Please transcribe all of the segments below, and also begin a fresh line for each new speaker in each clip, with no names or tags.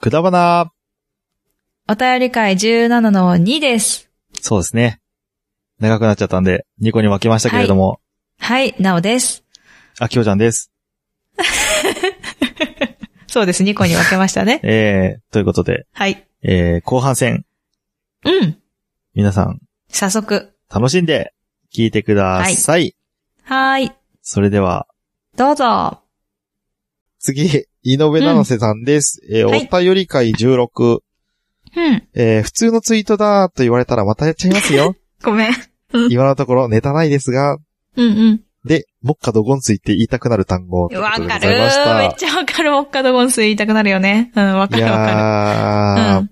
くだばな。
お便り会17の2です。
そうですね。長くなっちゃったんで、2個に分けましたけれども、
はい、なおです。
あきほちゃんです。
そうです。2個に分けましたね。
えー、ということで、
はい。
えー、後半戦、
うん。
皆さん、
早速。
楽しんで、聞いてください。
はーい。
それでは、
どうぞ。
次、井上七瀬さんです。えー、
はい
お便り会16。
うん。
えー、普通のツイートだと言われたらまたやっちゃいます よ。
ごめん。
今のところネタないですが、
うん
で、もっかどごんついって言いたくなる単語。
うん。わか
とい
る
うことでございました
ー。めっちゃわかる。モッカドゴンス言いたくなるよね。うん、わか
い
るわかる。
やー、
うん。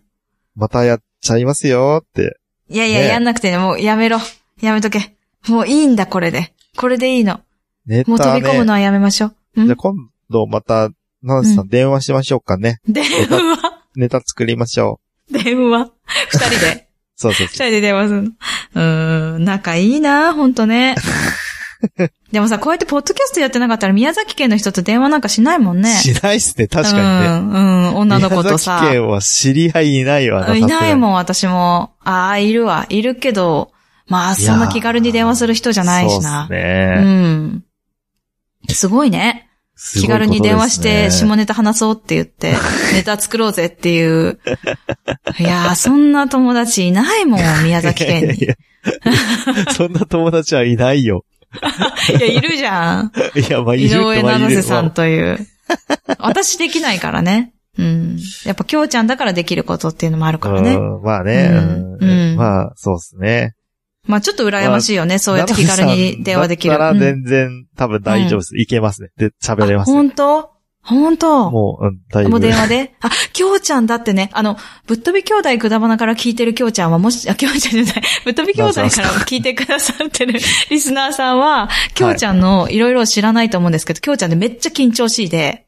またやっちゃいますよって。
いやいや、
ねえ
やんなくてね、もうやめろ。やめとけ。もういいんだ、これで。これでいいの。
ネタ
もう飛
ね。
び込むのはやめましょう。う
じゃあ
ん。
今度また、ナナセさん電話しましょうかね。
電話。
ネタ作りましょう。
電話。二人で。
そうそう
二
そう。
人で電話するの。うーん、仲いいな、ほん とね。でもさ、こうやってポッドキャストやってなかったら宮崎県の人と電話なんかしないもんね。
しないっすね、確かにね。
うん、うん、女の子とさ。
宮崎県は知り合いいないわ
う
な。
んいない
ん。
もん、私も。ああ、いるわ。いるけど、まあ、そんな気軽に電話する人じゃない
そう
しな。
っす
う
ね。
ん。すごいね。
すご
気
いことで
軽
すね
に電話して、下ネタ話そうって言 って、ネタ作ろうぜっていう。いやー、そんな友達いないもん、宮崎県に。
いやい やそんな友達はいないよ。
いや、いるじゃん。
いや、 まあ、いる
井
って
上
まあい
七
る
瀬さんと いう。私できないからね。うん。やっぱ、きょうちゃんだからできることっていうのもあるから
う
ね。
んまあね。
うん
うん
うん
まあ、そうですね。
まあ、ちょっと羨ましいよね。そうやって気軽に電話できる。
だった
う
ら全
ん
然多分大丈夫です。いけますね。で、喋れますね。
本当本当も
もう、うん、大
う
丈夫
電話で。あ、きょうちゃんだってね、あの、ぶっ飛び兄弟くだばなから聞いてるきょうちゃんは、もし、あ、きょうちゃんじゃない、 ぶっ飛び兄弟から聞いてくださってる リスナーさんは、きょうちゃんのいろいろ知らないと思うんですけど、きょうちゃんでめっちゃ緊張しいで、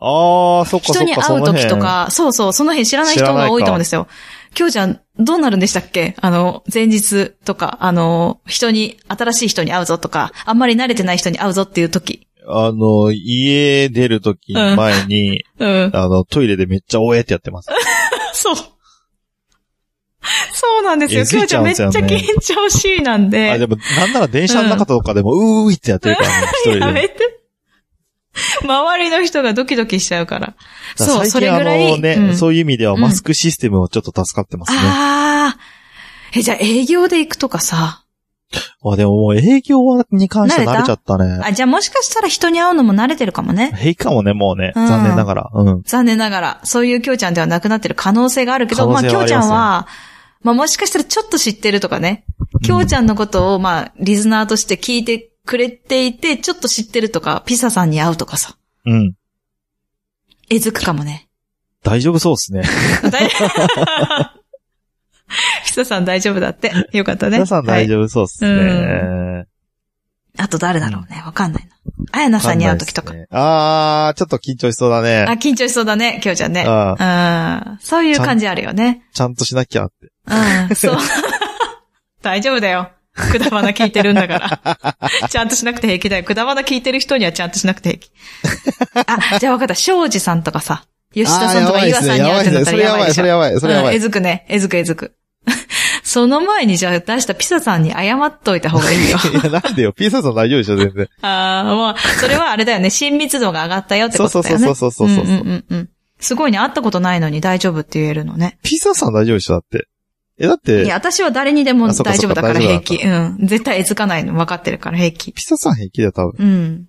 ああ、そっかそっか。
人に会う時とか、そうそう、その辺知らない人が多いと思うんですよ。今日じゃん、どうなるんでしたっけあの、前日とか、あの、人に、新しい人に会うぞとか、あんまり慣れてない人に会うぞっていう時。
その辺。あの、家出るとき前に、
うん。
あの、トイレでめっちゃおえってやってます。
そう。そうなんです
え
よ。
ずい
今日
ち
じ
ゃ
ゃ
うんん
め
で
っ
す
ち
よ
ゃ
ね
緊張しいなんで。
あ、でも、なんなら電車の中とかでも、うーいってやって るからね、一人
やめ
で。
て。周りの人がドキドキしちゃうから。
だ
そ
から
う、そ
最
れ
近あ
ぐらい。
のね、
うん
そういう意味ではマスクシステムをちょっと助かってますね。
ああ。え、じゃあ営業で行くとかさ。
まあでももう営業に関しては慣れちゃったね。
あ、じゃあもしかしたら人に会うのも慣れてるかもね。
平気かもね、もうね。
うん
残念ながら。うん。
残念ながら、そういうきょうちゃんではなくなってる可能性があるけど、
可
ま
能性
あ、き
はあ
ょう
り
ち
ま
ゃ
すね
んは、まあ、もしかしたらちょっと知ってるとかね、きょうちゃんのことを、まあ、リスナーとして聞いてくれていて、ちょっと知ってるとか、ピサさんに会うとかさ、
うん。
えずくかもね。
大丈夫そうですね。
大ピサさん大丈夫だって。よかったね。
皆さん大丈夫そうです
は
ね。
はいあと誰だろうね。わかんないな。あやなさんに会うときとか。
わんないっすね。あー、ちょっと緊張しそうだ
あ、
ね。
緊張しそうだね、きょうちゃんね。うん。そういう感じあるよね。
ちゃんとしなきゃって。
うん、そう。 大丈夫だよ。くだばな聞いてるんだから。 ちゃんとしなくて平気だよ。くだばな聞いてる人にはちゃんとしなくて平気。 あ、じゃあ分かった。庄司さんとかさ、吉田さんと
あーやばい
か
っ
岩
す
さん
ね
に
や
会
ば
うっ
い
て
っ
な
すねそ
ったら
れ
や
や
ばい
ば
で
い、
し
そ
ょ。
れやばい、それやば
うんえ
い。
ずくね。えずくえずく。 その前にじゃあ出したピサさんに謝っといた方がいいよ。
いや、なんでよ。ピーサーさん大丈夫でしょ、全然。
ああ、もう、それはあれだよね。親密度が上がったよってことだよね。
そうそうそうそうそうそうそうん
うんうんうん。すごいね。会ったことないのに大丈夫って言えるのね。
ピーサーさん大丈夫でしょ、だって。え、だっ
いや、
て、
私は誰にでも
あそっか
大
そ
丈
っ
夫
か
だから
大丈夫だ
平気。うん。絶対えずかないの分かってるから平気。
ピーサーさん平気だよ、多分。
うん。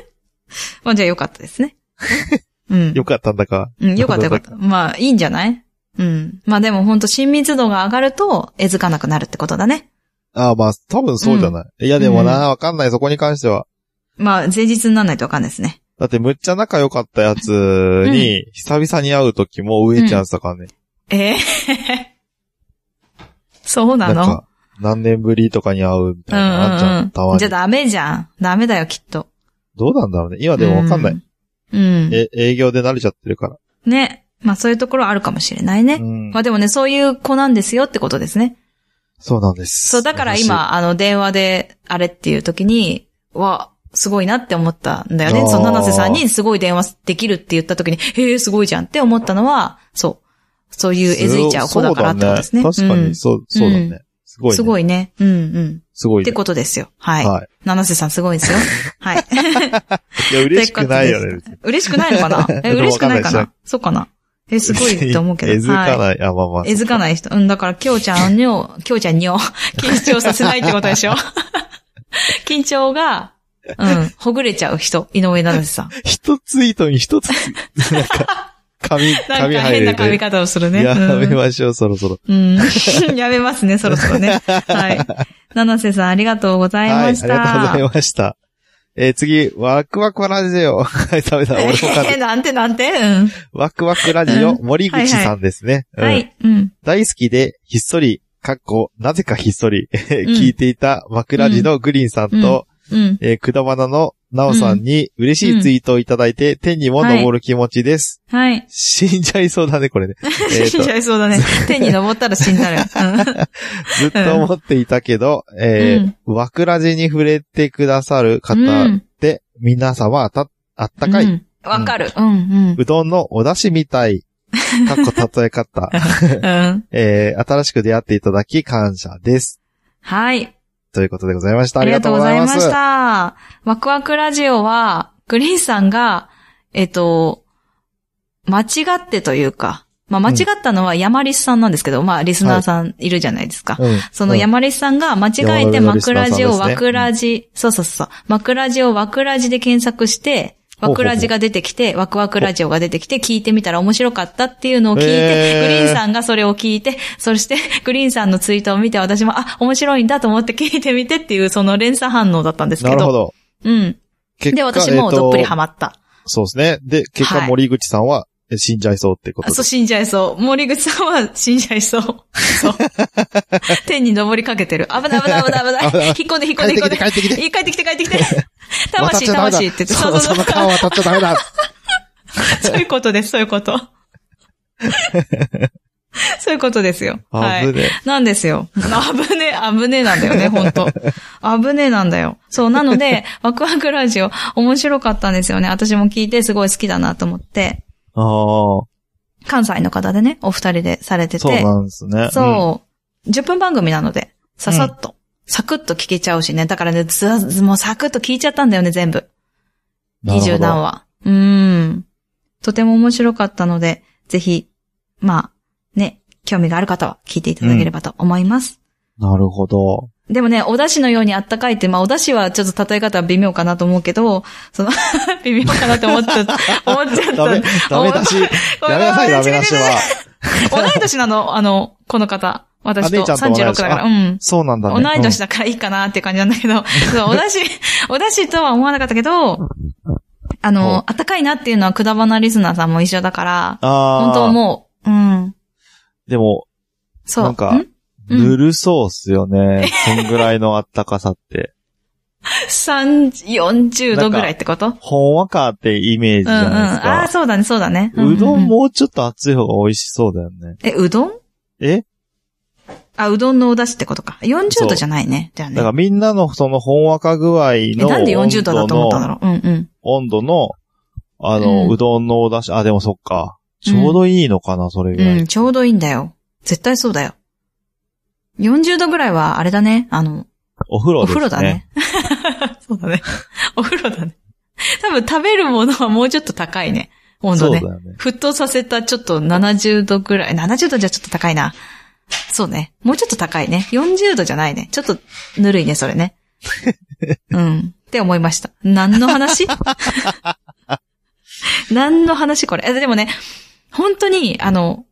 まあじゃあよかったです ね。うん。
よかったんだか。
うん、よかったよかった。まあいいんじゃないうん。まあでも本当親密度が上がると、えずかなくなるってことだね。
あーまあ、多分そうじゃない。いや、でもな、わかんない、そこに関しては。
まあ前日にならないとわかんないですね。
だって、むっちゃ仲良かったやつに、久々に会う時も、上ちゃんさかね。
ええ そうな
なん
の
か、何年ぶりとかに会うみたいな、あんちゃん、た
うんう
ま
ん。じゃあ
に。
ダメじゃん。ダメだよ、きっと。
どうなんだろうね。今でもわかんない。
うん。うん。
え、営業で慣れちゃってるから。
ね。まあそういうところあるかもしれないね。
うん
まあでもね、そういう子なんですよってことですね。
そうなんです。
そう、だから
私。
今、あの、電話で、あれっていう時に、わ、すごいなって思ったんだよね
あ。ー
その七瀬さんにすごい電話できるって言った時に、へえ、すごいじゃんって思ったのは、そう。そういうえずいちゃう子だからってことですね。
そうだ確か
うん
に、そう、そうだ
うん
ね。すごいね。
すごいね。うんうん。
すごい
っ
ね。
てことですよ。はい。
は
七瀬さんすごいですよ。 はい。
い。いや、嬉しくないよ
とう
ね
こ。とです嬉しくないのかなえ、嬉しくないか
わかんない
なそうかなえ、すごいって思うけど。
えずか
は い。
ない。あ、まあまあ。
えずかない人。うん、だから、きょうちゃんにょ、 きょうちゃんにょ、緊張させないってことでしょ緊張が、うん、ほぐれちゃう人、井上七 瀬さん。
一ツイートに一つ、なんか、髪、
なん
髪入
か変な
れて。
髪型をするね。
や
う
め
ん
ましょう、そろそろ。
うん。 やめます ね、そろそろね。はい。七瀬さん、ありがとうござい
はい、あ
ま
り
した。
がとうございました。えー次、ワクワクラジオ。 はい、ダメだ、俺もわかんな
え
い
ー、なんてなんてうん。
ワクワクラジオ、
う
森口さんですね。うん
はい。うん。
大好きで、ひっそり、かっこ、なぜかひっそり、えー
うん
聞いていた枕地のグリーンさんと、
うん。
えーくだばなのなおさんに嬉しいツイートをいただいて、天にも昇る気持ちです。
はい。
死んじゃいそうだね、こ れね。え
死
ー
ん
と
じゃいそう だね。手に登ったら死んだる。うん
ずっと思っていたけど、えー、わくらじに触れてくださる方って、皆様あた、あったかい、う
うんわかる。うん、
どんのお出汁みたい、かっこ例え方、
うん。うん。
えー、新しく出会っていただき感謝です。
はい。
ということでございました。
あ
あ
り
り
が
が
と
と
う
う
ご
ご
ざ
ざ
い
い
ま
ます。
した。ワクワクラジオは、グリーンさんが、えっと、間違ってというか、まあ間違ったのは山リスさんなんですけど、まあリスナーさんいるじゃないですか。
うん
その山リスさんが間違えて
うん
枕地
山根の
を
リスナーさんですね
枕地、そうそうそう、枕地を枕地で検索して、
ほうほうほう
枕地が出てきて、ワクワクラジオが出てきて、聞いてみたら面白かったっていうのを聞いて、
へー
グリーンさんがそれを聞いて、そしてグリーンさんのツイートを見て、私も、あ、面白いんだと思って聞いてみてっていう、その連鎖反応だったんです
な
けど。
るほど。
うん。
結
で、私もどっぷりハ
ま
マった。
そうですね。で、結
は
果
い
森口さんはえ死んじゃいそうってこと
あ
で。
そう、死んじゃいそう。森口さんは 死んじゃいそう。 そう。天に登りかけてる。危ない危ない危ない危ない。引っ込んで引っ込ん
帰っ
で引っ込ん
て
で
きて、。帰ってき て。
いい帰ってきて帰ってきて。
渡っち
魂、
ゃダメだ
魂って言って、
そ
そう
う、
そ
そう
そ
の
う。
川渡っちゃダメだ。
そういうことです、そういう こと。そういうことですよ。 は
危
い。
ねえ。
なんですよ。危ねえ、危ねえなんだよね、本当危ねえなんだよ。そう、なの で、ワクワクラジオ、面白かったんですよね。私も聞いて、すごい好きだなと思って。
ああ、そ
関西の方でね、お二人でされてて。
うなんですね。
そう。10分番組なので、ささっと、サクッと聞けちゃうしね。だからね、ずわもうサクッと聞いちゃったんだよね、全部。
うん。なるほど
20何話。うーん。とても面白かったので、ぜひ、まあ、ね、興味がある方は聞いていただければと思います。
なるほど。
でもね、お出汁のようにあったかいって、まあ、お出汁はちょっと例え方は微妙かなと思うけど、その、 微妙かなって思っ ちゃった。思っちゃった。
ダメ、ダメ出し。
ごめ
や
ん
めなさい、ダメ出し。
ごめん
は。
ごめん同い年なの、あの、この方。私と
姉ちゃんと同い年
36だから。うん。
そうなんだ
同
ね。
い年だからいいかなって感じなんだ けど、そうお出汁、お出汁とは思わなかったけど、あ
ほ
の、暖かいなっていうのはくだばなリスナーさんも一緒だから、
うん。あ
本
あ。
当もう、うん、
でも、
そう。
なんか
んうん
ぬるそうっすよね。そんぐらいのあったかさって。
30 40度ぐらいってこと
ほんわかってイメージ
うん
じ
うん。
ゃないです
ああ、
か。
そうだね、そうだね。
うどん
うう
もうちょっと熱い方が美味しそうだよね。
え、うどん
え
あ、うどんのお出汁ってことか。40
そ
度
う
じゃないね。だよ
だから
ね。
みんなのそのほんわか具合
え、
の
なんで40
温
度だ
度
と思ったんだ
の、
ろう。うんうん。
温度の、あ
うん
の、うどんのお出汁、あ、でもそっか。ちょうどいいのかな、それぐら
うん、
い。
ちょうどいいんだよ。絶対そうだよ。40度ぐらいは、あれだね。あの、
お風呂
お
です
風呂だ ね。。そうだね。お風呂だね。多分食べるものはもうちょっと高いね。温
そ
度
うだ
ね。
よね。
沸騰させたちょっと70度ぐらい。70度じゃちょっと高いな。そうね。もうちょっと高いね。40度じゃないね。ちょっとぬるいね、それね。うん。って思いました。何の話何の話これ。えでもね、本当に、あの、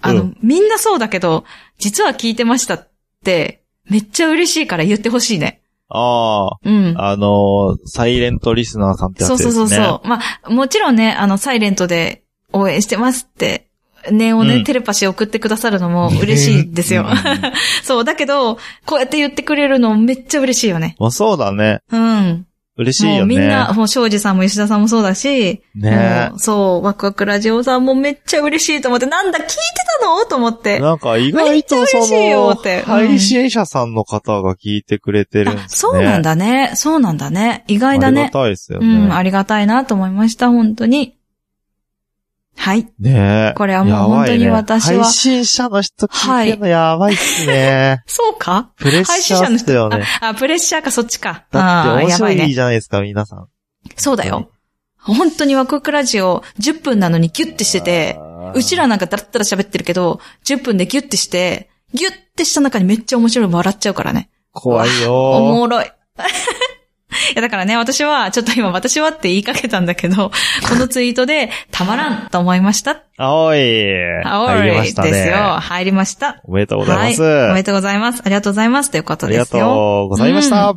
あの、
う
みんなそうだけど、実は聞いてましたって、めっちゃ嬉しいから言ってほしいね。
ああ。
うん。
あのーサイレントリスナーさんってやつ
そう
です
そ
ね。
うそうそう。まあ、もちろんね、あの、サイレントで応援してますって、念をね、
うん
テレパシー送ってくださるのも嬉しいですよ。 そう、だけど、こうやって言ってくれるのめっちゃ嬉しいよね。
まあそうだね。
うん。
嬉しい
も
よ
う
ね。
みんな、もう庄司さんも吉田さんもそうだし、
ね
もうそう、ワクワクラジオさんもめっちゃ嬉しいと思って、なんだ、聞いてたのと思って。
なんか意外とそ
めっちゃ嬉しいよ
の
ってう、ん
配信者さんの方が聞いてくれてるんですね
あ、。そうなんだね。そうなんだね。意
あ
外
り
だ
が
ね。
たいですよ
う
ね。
ん、ありがたいなと思いました、本当に。はい。
ねえ。
これはもう本当に
やばいね
私は
配信者の人聞いてるのやばいっす ね。
そうか
プレッ
配
シ
信
ャー
者の
っす
人
よね。
あ、あプレッシャーか、そっちか。
だって面白
あーやばい
い
ね。
じゃないですか、皆さん。
そうだよ。本当にワクワクラジオ10分なのにギュッてしてて、
あー
うちらなんかだらったら喋ってるけど、10分でギュッてして、ギュッてした中にめっちゃ面白いの笑っちゃうからね。
怖い
お
よ
もろい。い や、だからね、私は、ちょっと今私はって言いかけたんだけど、このツイートで、たまらんと思いました。
ー。青い。
青
入りま
い
した
ですよ。
ね。
入りました。
おめでとうございます。
はい。おめ
あ
でとうございます。ありがとうございます。ということ
り
で
が
すよ。
とうございました。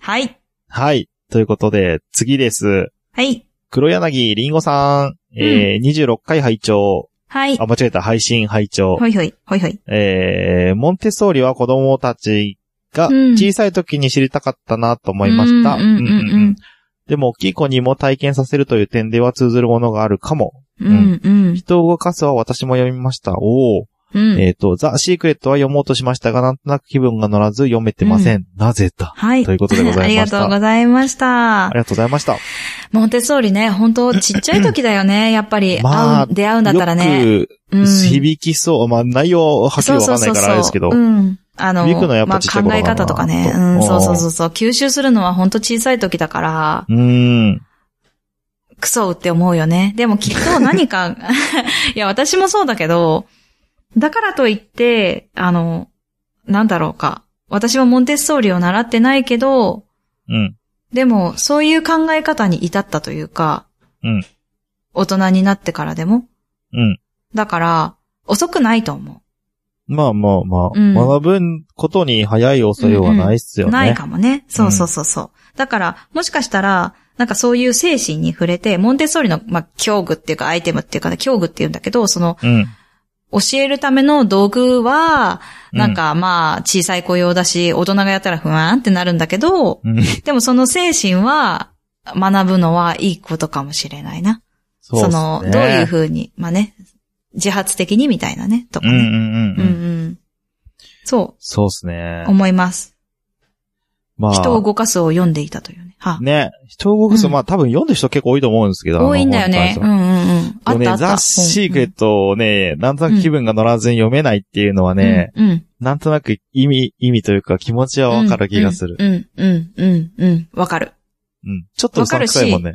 はい。
はい。ということで、次です。
はい。
黒柳りんごさん、えー、26回拝聴
はい
あ、。間違えた、配信拝聴
ほいほい、ほいほい。
えー、モンテッソーリは子供たちが
うん
小さい時に知りたかったなと思いました。
うんうんうん
うんうんうんでも大きい子にも体験させるという点では通ずるものがあるかも。
うん。うん、うん。
人を動かすは私も読みました。おお、
うん。
えっ、と、ザ・シークレットは読もうとしましたが、なんとなく気分が乗らず読めてません。なぜだ
はい。
ということでございました
ありがとうございました
あり。がとうございました。
モンテッソーリね、本当ちっちゃい時だよね、やっぱり。
まあ
会う、出会うんだったらね。
よく、
うん
響きそう。まあ、内容はっきりわかんないからあれですけど。
うん。あの、
響くのはやっ
ま
ぱ
あ
ちっちゃい頃
考
だ
え
な
方とかね。
と
うん、
おー
そうそうそうそう。吸収するのは本当小さい時だから、
うーん。
クソって思うよね。でもきっと 何か、いや、私もそうだけど、だからといって、あの、なんだろうか。私はモンテッソーリを習ってないけど、
うん。
でも、そういう考え方に至ったというか、
うん
大人になってからでも。
うん。
だから、遅くないと思
まあまあまあ、
うん
学ぶことに早い遅いはないっす
う。
よね。
ないかもね。そうそうそうそう。だから、もしかしたら、なんかそういう精神に触れて、モンテッソーリの、まあ、教具っていうか、アイテムっていうかね、教具っていうんだけど、その、
うん。
教えるための道具は、
うん
なんかまあ、小さい子用だし、大人がやったら不安ってなるんだけど、
うん
でもその精神は、学ぶのはいいことかもしれないな。
そ
その、どういう
うっ
ふうに、まあね、自発的にみたいなね、と
す
か
ね。うん
ね。
うんうん
う
うん。
うんん。そ
そうっす
う
ね、。
思います。
まあ、
人を動かすを読んでいたというね。は
ね、人を動かす、
うん
まあ多分読んでる人結構多いと思うんですけど。
多いんだよね。うん
あの
うんうん。あ
本
っ
に
た
関してはでもね、
あっ
ザ・
た。
シークレットをね、なんとなく気分が乗らずに読めないっていうのは
うん
ね、
うん。うん
なんとなく意味、意味というか気持ちはわかる気がする。
うんうんうんうん。わかる。
うん。ちょっとうさんくさいもんね。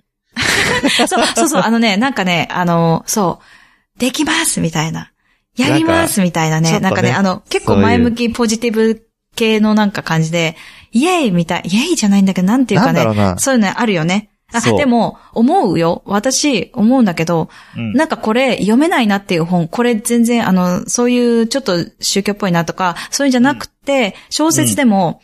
そうそうそう。あのね、なんかね、あの、そう。できますみたいな。やりますみたいなね。な
なんん
か
か
ね、
ちょっとね
あの、結構
そういう
前向きポジティブ系のなんか感じで、イエイみたい。イエイじゃないんだけど、なんていう
な
か
ん
ね
だ。ろうな。
そういうのあるよね。あ、
そう
でも、思うよ。私、思うんだけど、
うん
なんかこれ、読めないなっていう本、これ全然、あの、そういうちょっと宗教っぽいなとか、そういうんじゃなくて、小説でも、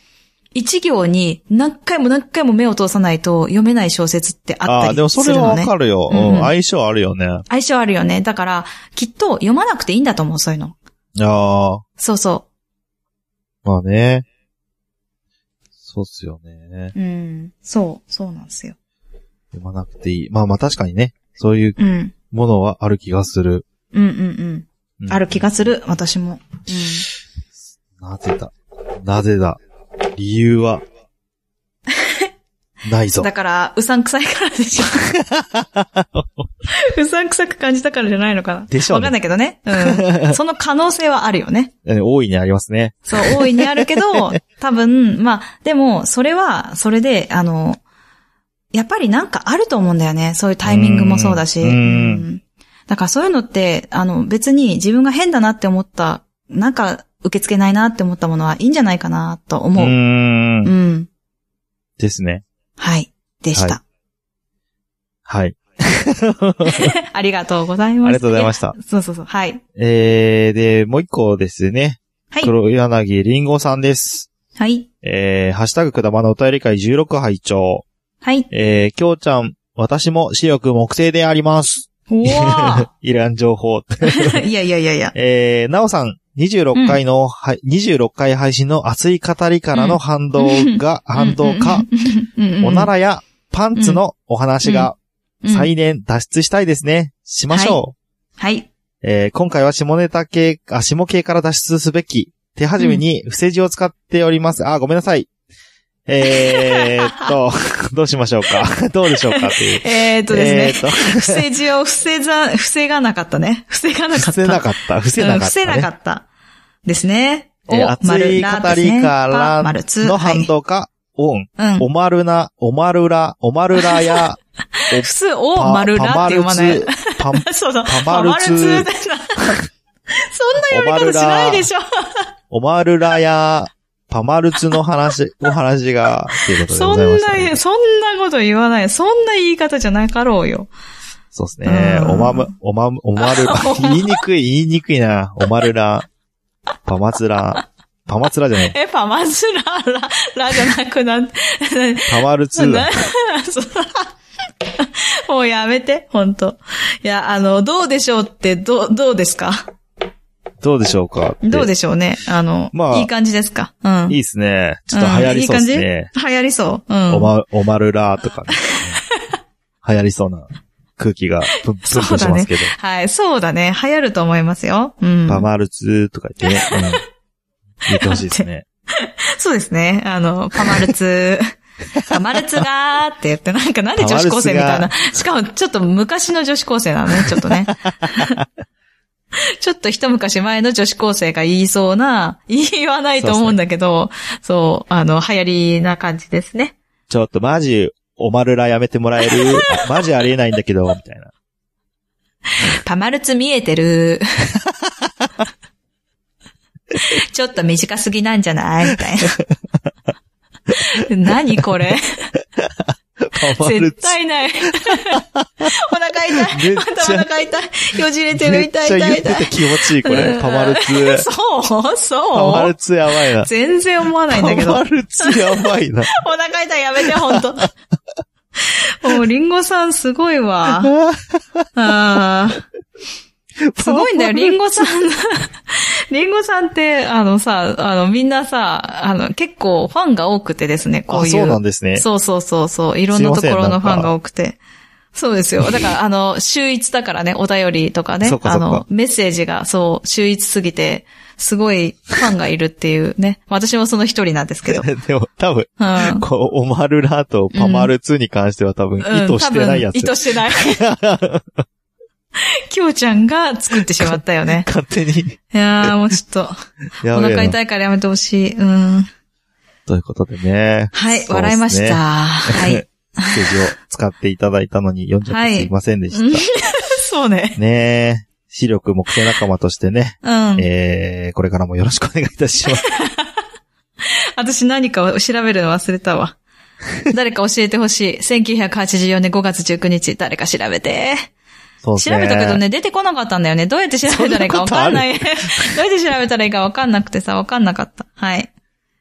一行に何回も何回も目を通さないと読めない小説ってあ
あーで
ったり
もそ
す
れ
る
は
の
わ
ね。
かるよ。
うん
う
うん
ん。相性あるよね。
相性あるよね。だから、きっと読まなくていいんだと思う、そういうの。
ああ、
そうそ
まあね。そうっすよね。
う。うん。そう、そうなんですよ。
読まなくていい。まあまあ確かにね。そういう
うん。
ものはある気がする。
うんうん
う
うんん。ある気がする、私も。
なぜだ。なぜだ。理由は、 ない
うん。
ぞ
だ。から、うさんくさいからで しょ。うさんくさく感じたからじゃないのかな。
でしょう
わ
ね
かんないけどね。 うん。その可能性はあるよね。
え大いにありますね。
そう、大いにあるけど、多分、 まあ、でも、それは、それで、あの、やっぱりなんかあると思うんだよね。そういうタイミングもそうだし。
うん
うんだからそういうのって、あの、別に自分が変だなって思った、なんか受け付けないなって思ったものはいいんじゃないかなと
う
思う。
ー。
うんん。
ですね。
はい。でし
は
た。
はい。
ありがとうござい
あ
ます。
りがとうございま
し
した。
た。そうそうそう。はい。
えー、で、もう一個ですね。
はい。
黒柳りんごさんです。
はい。
えー、ハッシュタグくだまのお便り会16拝聴
はい。
えー、きょうちゃん、私も視力木星であります。
お ー
いらん情報。
いやいやいやいや。
えー、なおさん、26回の、はい26回配信の熱い語りからの反動が、反動か、
うんうんうん、
おならやパンツのお話が
うん
再燃脱出したいですね。しましょ
はい。
う。えー今回は下ネタ系、あ、下系から脱出すべき。手始めに、伏せ字を使っております。あ、ごめんなさい。えーっと、 どうしましょうか。 どうでしょうかっていう。
えーっとですね。
えーっと
不正字を防ざ、防がなかったね。防がなかった。
伏せなかった。伏せなかった、
う
ね。
ん伏せなかった。ですね。
えー熱い語りか
パ
ら
丸ツ
の
は
反
い
動か、オン。
うん。
おまるな、おまるら、おまるらや、
普通、 お、丸らって読ま ない。
パマルツ、
そうそう。
パマルツ
パマルツみたいな。そんな読み方しないでしょ。
パおまるらや、パマルツの話、 お話が、っていうことで
そ
ご
ん
ざいました、ね
な、。そんなこと言わない。そんな言い方じゃなかろうよ。
そうですね。
うん
おまむ、おまむ、おま るら。言いにくい、言いにくいな。おまるら、パマツラ、パマツラじゃない、
え、パマズラ、ラ、ラじゃなくなって、
パマルツだ。
そうもうやめて、ほんと。いや、あの、どうでしょうって、どう、どうですか
どうでしょうか
どう
で
でしょうね。あの、
まあ
いい感じですかうん。
いいですね。ちょっと流行りそうですね。
んいい感じ流行りそう。うん。
おま、おまるらーとか ね。流行りそうな空気がプンプンプン
そう
し
だ
ま
ね
すけど。。
はい。そうだね。流行ると思いますよ。うん。
パマルツーとか言ってね。うん、言ってほしいですね。
そうですね。あの、パマル ツ。パマルツがーって言って、なんかなんで女子高生みたい
パマ
な。しかも、ちょっと昔の女子高生なのね、ちょっとね。 ちょっと一昔前の女子高生が言いそうな、言わないと思うんだけど、そう,、あの、流行りな感じですね。
ちょっとマジ、おまるらやめてもらえる マジありえないんだけど、みたいな。
パマルツ見え てる。ちょっと短すぎなんじゃないみたいな。何これ
パマル
絶
ツ。
対ない。 お腹痛
め
い。
っち
ま
ゃ
たお腹痛い。よじれてる
めっち
痛い
ゃ
痛
言っ
い
て
痛
て
い。
気持ちいい、こ
う
れ。
ん
パマルツー。
そう
パマ
そ
ル
う
ツーやばいな。
全然思わないんだけ
パ
ど。お
マルツーやばいな。
腹痛いやめて、ほんと。もう、リンゴさんすご いわ。あーすごいんだよ、リンゴ さん。リンゴさんって、あのさ、あの、みんなさ、あの、結構ファンが多くてですね、こ
あ、
ういう。
そうなんですね。
そうそうそうそう。いろんなところのファンが多くて。そうですよ。だから、あの、秀逸だか らね、お便りとかね
そっ。かそ
あ
っか
の、メッセージが、そう、秀逸すぎて、すごいファンがいるっていうね。 私もその一人なんで すけど。うん。
でも、多分、
意
こう、おまるらとパマルツーに関しては多分、意図してないやつ。
意図してない。 きょうちゃんが作ってしまったよね。
勝手に。
いやー、もうちょっと、
や
お
べえな
腹痛いからやめてほしい。うん。
ということでね。
はい、
そうっすね
笑いまし た。はい。
ステージを使っていただいたのに読んじゃっ
は
て
い
すいませんでした。
そうね。
ねえ。視力木星仲間としてね、
うん。
えー、これからもよろしくお願いいたします。
私何かを調べるの忘れ たわ。誰か教えてほしい。1984年5月19日、誰か調べて。
そうです
調
ね。
べたけど。ね、出てこなかったんだよね。どうやって調べたらいいかわかんない。 どうやって調べたらいいかわかんなくてさ、わかんなかった。はい。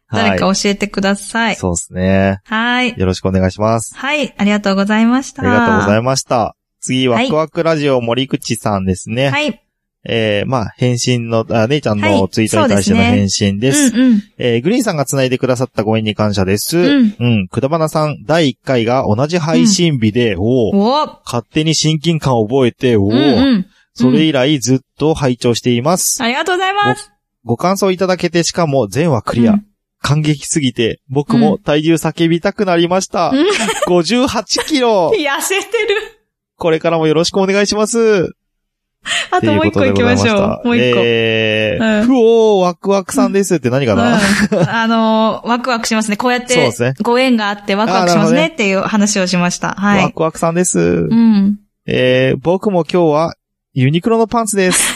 はい
誰か教えてください。
そうですね。
はい。
よろしくお願いします。
はい。ありがとうございまし
あ
た。
りがとうござ
い
いました。次、ワクワクラジオ森口さんですね。
はい。
えー、まあ、返信の、あ、姉ちゃん
は
の
い
ツイートに対しての
そうですね
返信です。
うんうん。
えー、グリーンさんが繋いでくださったご縁に感謝です。
うん。
うん、くだばなさん、第1回が同じ配信日で、おー
おー
勝手に親近感を覚えて、おー
うんうん。
それ以来ずっと拝聴しています。
ありがとうございます。
ご感想いただけてしかも全話クリア。
うん
感激すぎて、僕も体重叫びたくなりました。
うん
58キ ロ
痩せてる。
これからもよろしくお願いします。
あともう一個行きましょう。もう一個。
えー、
うん
ふおー、ワクワクさんですって何かな、
うん、あのー、ワクワクしますね。こうやっ
そう
て
ですね、
ご縁があってワクワクします
あーなるほどね
ねっていう話をしました。は
ワ
い。
クワクさんです
う。 ん。
えー、僕も今日はユニクロのパンツ です。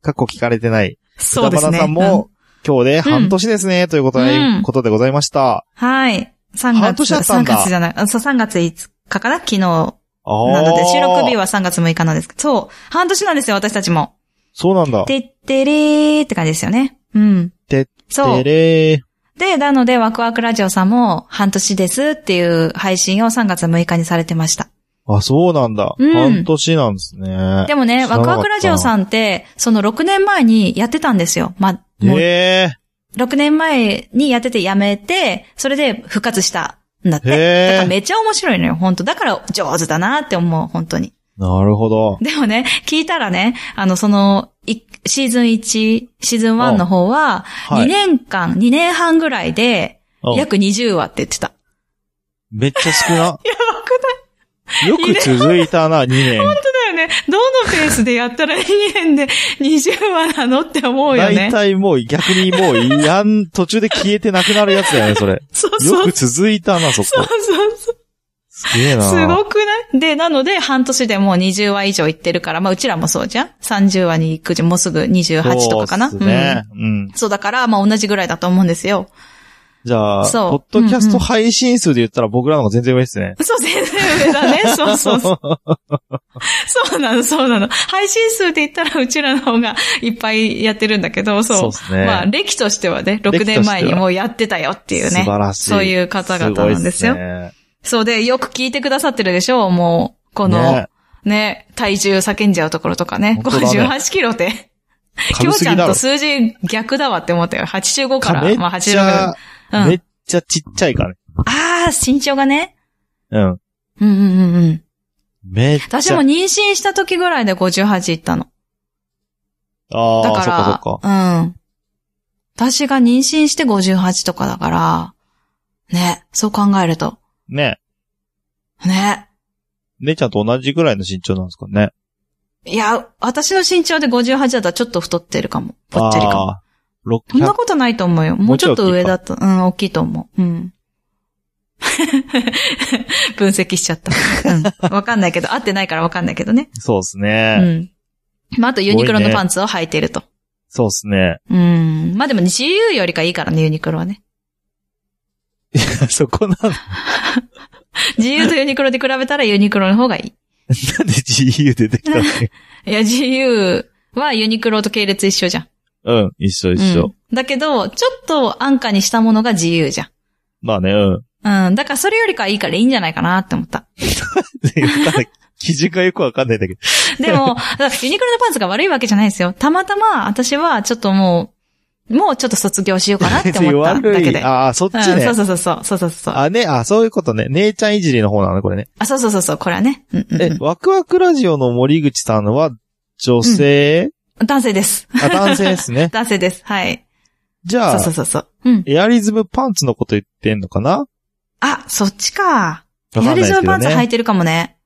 かっこ聞かれてない。
そうです
歌
ね。
丸さん
うん
も、今日で半年ですね、ということで、
うん
ことでございました。
はい。3
半
月、
年だったん
3
だ
月じゃない、あそう、3月5日かな昨日。な
あー
ので、収録日は3月6日なんですけど、そう、半年なんですよ、私たちも。
そうなんだ。
てってれーって感じですよね。うん。
て
そ
て
う。
れー。
で、なので、ワクワクラジオさんも、半年ですっていう配信を3月6日にされてました。
あ、そうなんだ。
うん
半年なんですね。
でもね、
知ら
ワ
なか
ク
った
ワクラジオさんって、その6年前にやってたんですよ。ま、もう
ええ
6年前にやっててやめて、それで復活したんだって。
へー
だからめちゃ面白いのよ、本当だから上手だなって思う、本当に。
なるほど。
でもね、聞いたらね、あの、その、いシーズン1、シーズン1の方は、
は
2
い。
年間、2年半ぐらいで、
うん
約20話って言ってた。
めっちゃ少な。
やばくない
よく続いたな、2年。
だよね。どのペースでやったら2年で20話なのって思うよ
大
ね。
体もう逆にもう、やん、途中で消えてなくなるやつだよね、それ。
そう
よ
そう。
く続いたな、そ
そう
こ。
そうそう。
すげえな。
すごくないで、なので、半年でもう20話以上いってるから、まあ、うちらもそうじゃん ?30 話に行くじゃん。もうすぐ28とかかな
そうっすね。うん
うん。そうだから、まあ、同じぐらいだと思うんですよ。
じゃあ、ポ
そう
ッドキャスト配信数で言ったら僕らの方が全然上ですね。
そう、全然上 だね。そうそうそう。そうなの、そうなの。配信数で言ったら、うちらの方がいっぱいやってるんだけど、そう。
そうですね。
まあ、歴としてはね、6
歴としては
年前にもうやってたよっていうね
素。晴らしい。
そういう方々なんですよ
ごいっね
そうで、よく聞いてくださってるでしょう、もう。この、
ね
ね、体重叫んじゃうところとかね。
本当だね
58キロって。き
軽
ょう
す
ちゃ
ぎ
ん
だろ
と。数字逆だわって思ったよ。85か
め
ら、
っ
まあ
ち
86
ゃ
あ、うん
めっちゃちっちゃいからね。
あー、身長がね。
うん。
うんうんうんうん。
めっちゃ。
私も妊娠した時ぐらいで58いったの。
あ
だ
あ、そっか
か
そっか。
ら、うん。私が妊娠して58とかだから、ね、そう考えると。
ね。
ね。
姉ちゃんと同じぐらいの身長なんですかね。
いや、私の身長で58だったらちょっと太ってるかも。ぽっちゃりかも。
ああー、六
そんなことないと思うよ。もうちょっと上だった。うん、大きいと思う。うん。 分析しちゃった。うん。わかんないけど、合ってないからわかんないけどね。
そうです
う
ね。
ん。まあ、あとユニクロ
すごい
の
ね
パンツを履いてると。
そうですね。
うん。まあでも GU よりかいいからね、ユニクロはね。
そこなの。なん
GU とユニクロで比べたらユニクロの方がい
で GU 出てきたの
い。いや、GU はユニクロと系列一緒じゃん。
うん、一緒一緒。
うん。だけど、ちょっと安価にしたものが GU じゃん。
まあね、うん。
うん。だからそれよりかはいいからいいんじゃないかなって思った。
ただ基準がよくわかんないんだけど。
でも、ユニクロのパンツが悪いわけじゃないですよ。たまたま私はちょっともう、もうちょっと卒業しようかな って思っただ
悪
けで。
い。ああ、そっち
うん、
ね。
そうそうそうそう。そうそうそう。
あ、ね、あ、そういうことね。姉ちゃんいじりの方なのね、これ ね。
あ、そうそうそうそう。これはね。うんうんう
え、
ん
ワクワクラジオの森口さんは、女性、
男性 です。。
あ、男性ですね
男性です。はい。
じ
そ
ゃ
う
あ、
そうそうそう。うん。
エアリズムパンツのこと言ってんのかな
あ、そっちか。
わか
や
んない
り
です
ズ
けど
ム
ね。
パンツ履いてるかもね。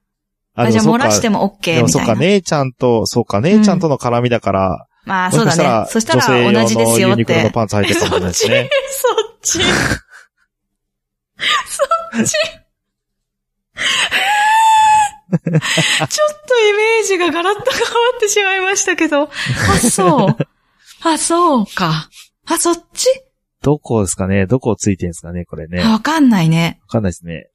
あ、
あじゃあ漏らして
も
も OK み
そう
た
か。で
いな。
もそうか、姉ちゃんと、そうか、姉ちゃんとの絡みだから、
まあ、そうだね。そ
もし
した
かしたら
ら同
女
じ
性
です
用
よ
の
っ
ユニクロの
て。
パンツ履いてるかもしれないですね。
そっち。そ っち。そっち。ちょっとイメージがガラッと変わってしまいましたけど。あ、そう。あ、そうか。あ、そっち
どこですかねどこをついてんですかねこれね。
あ
わ
わかんないね。
かんないですね。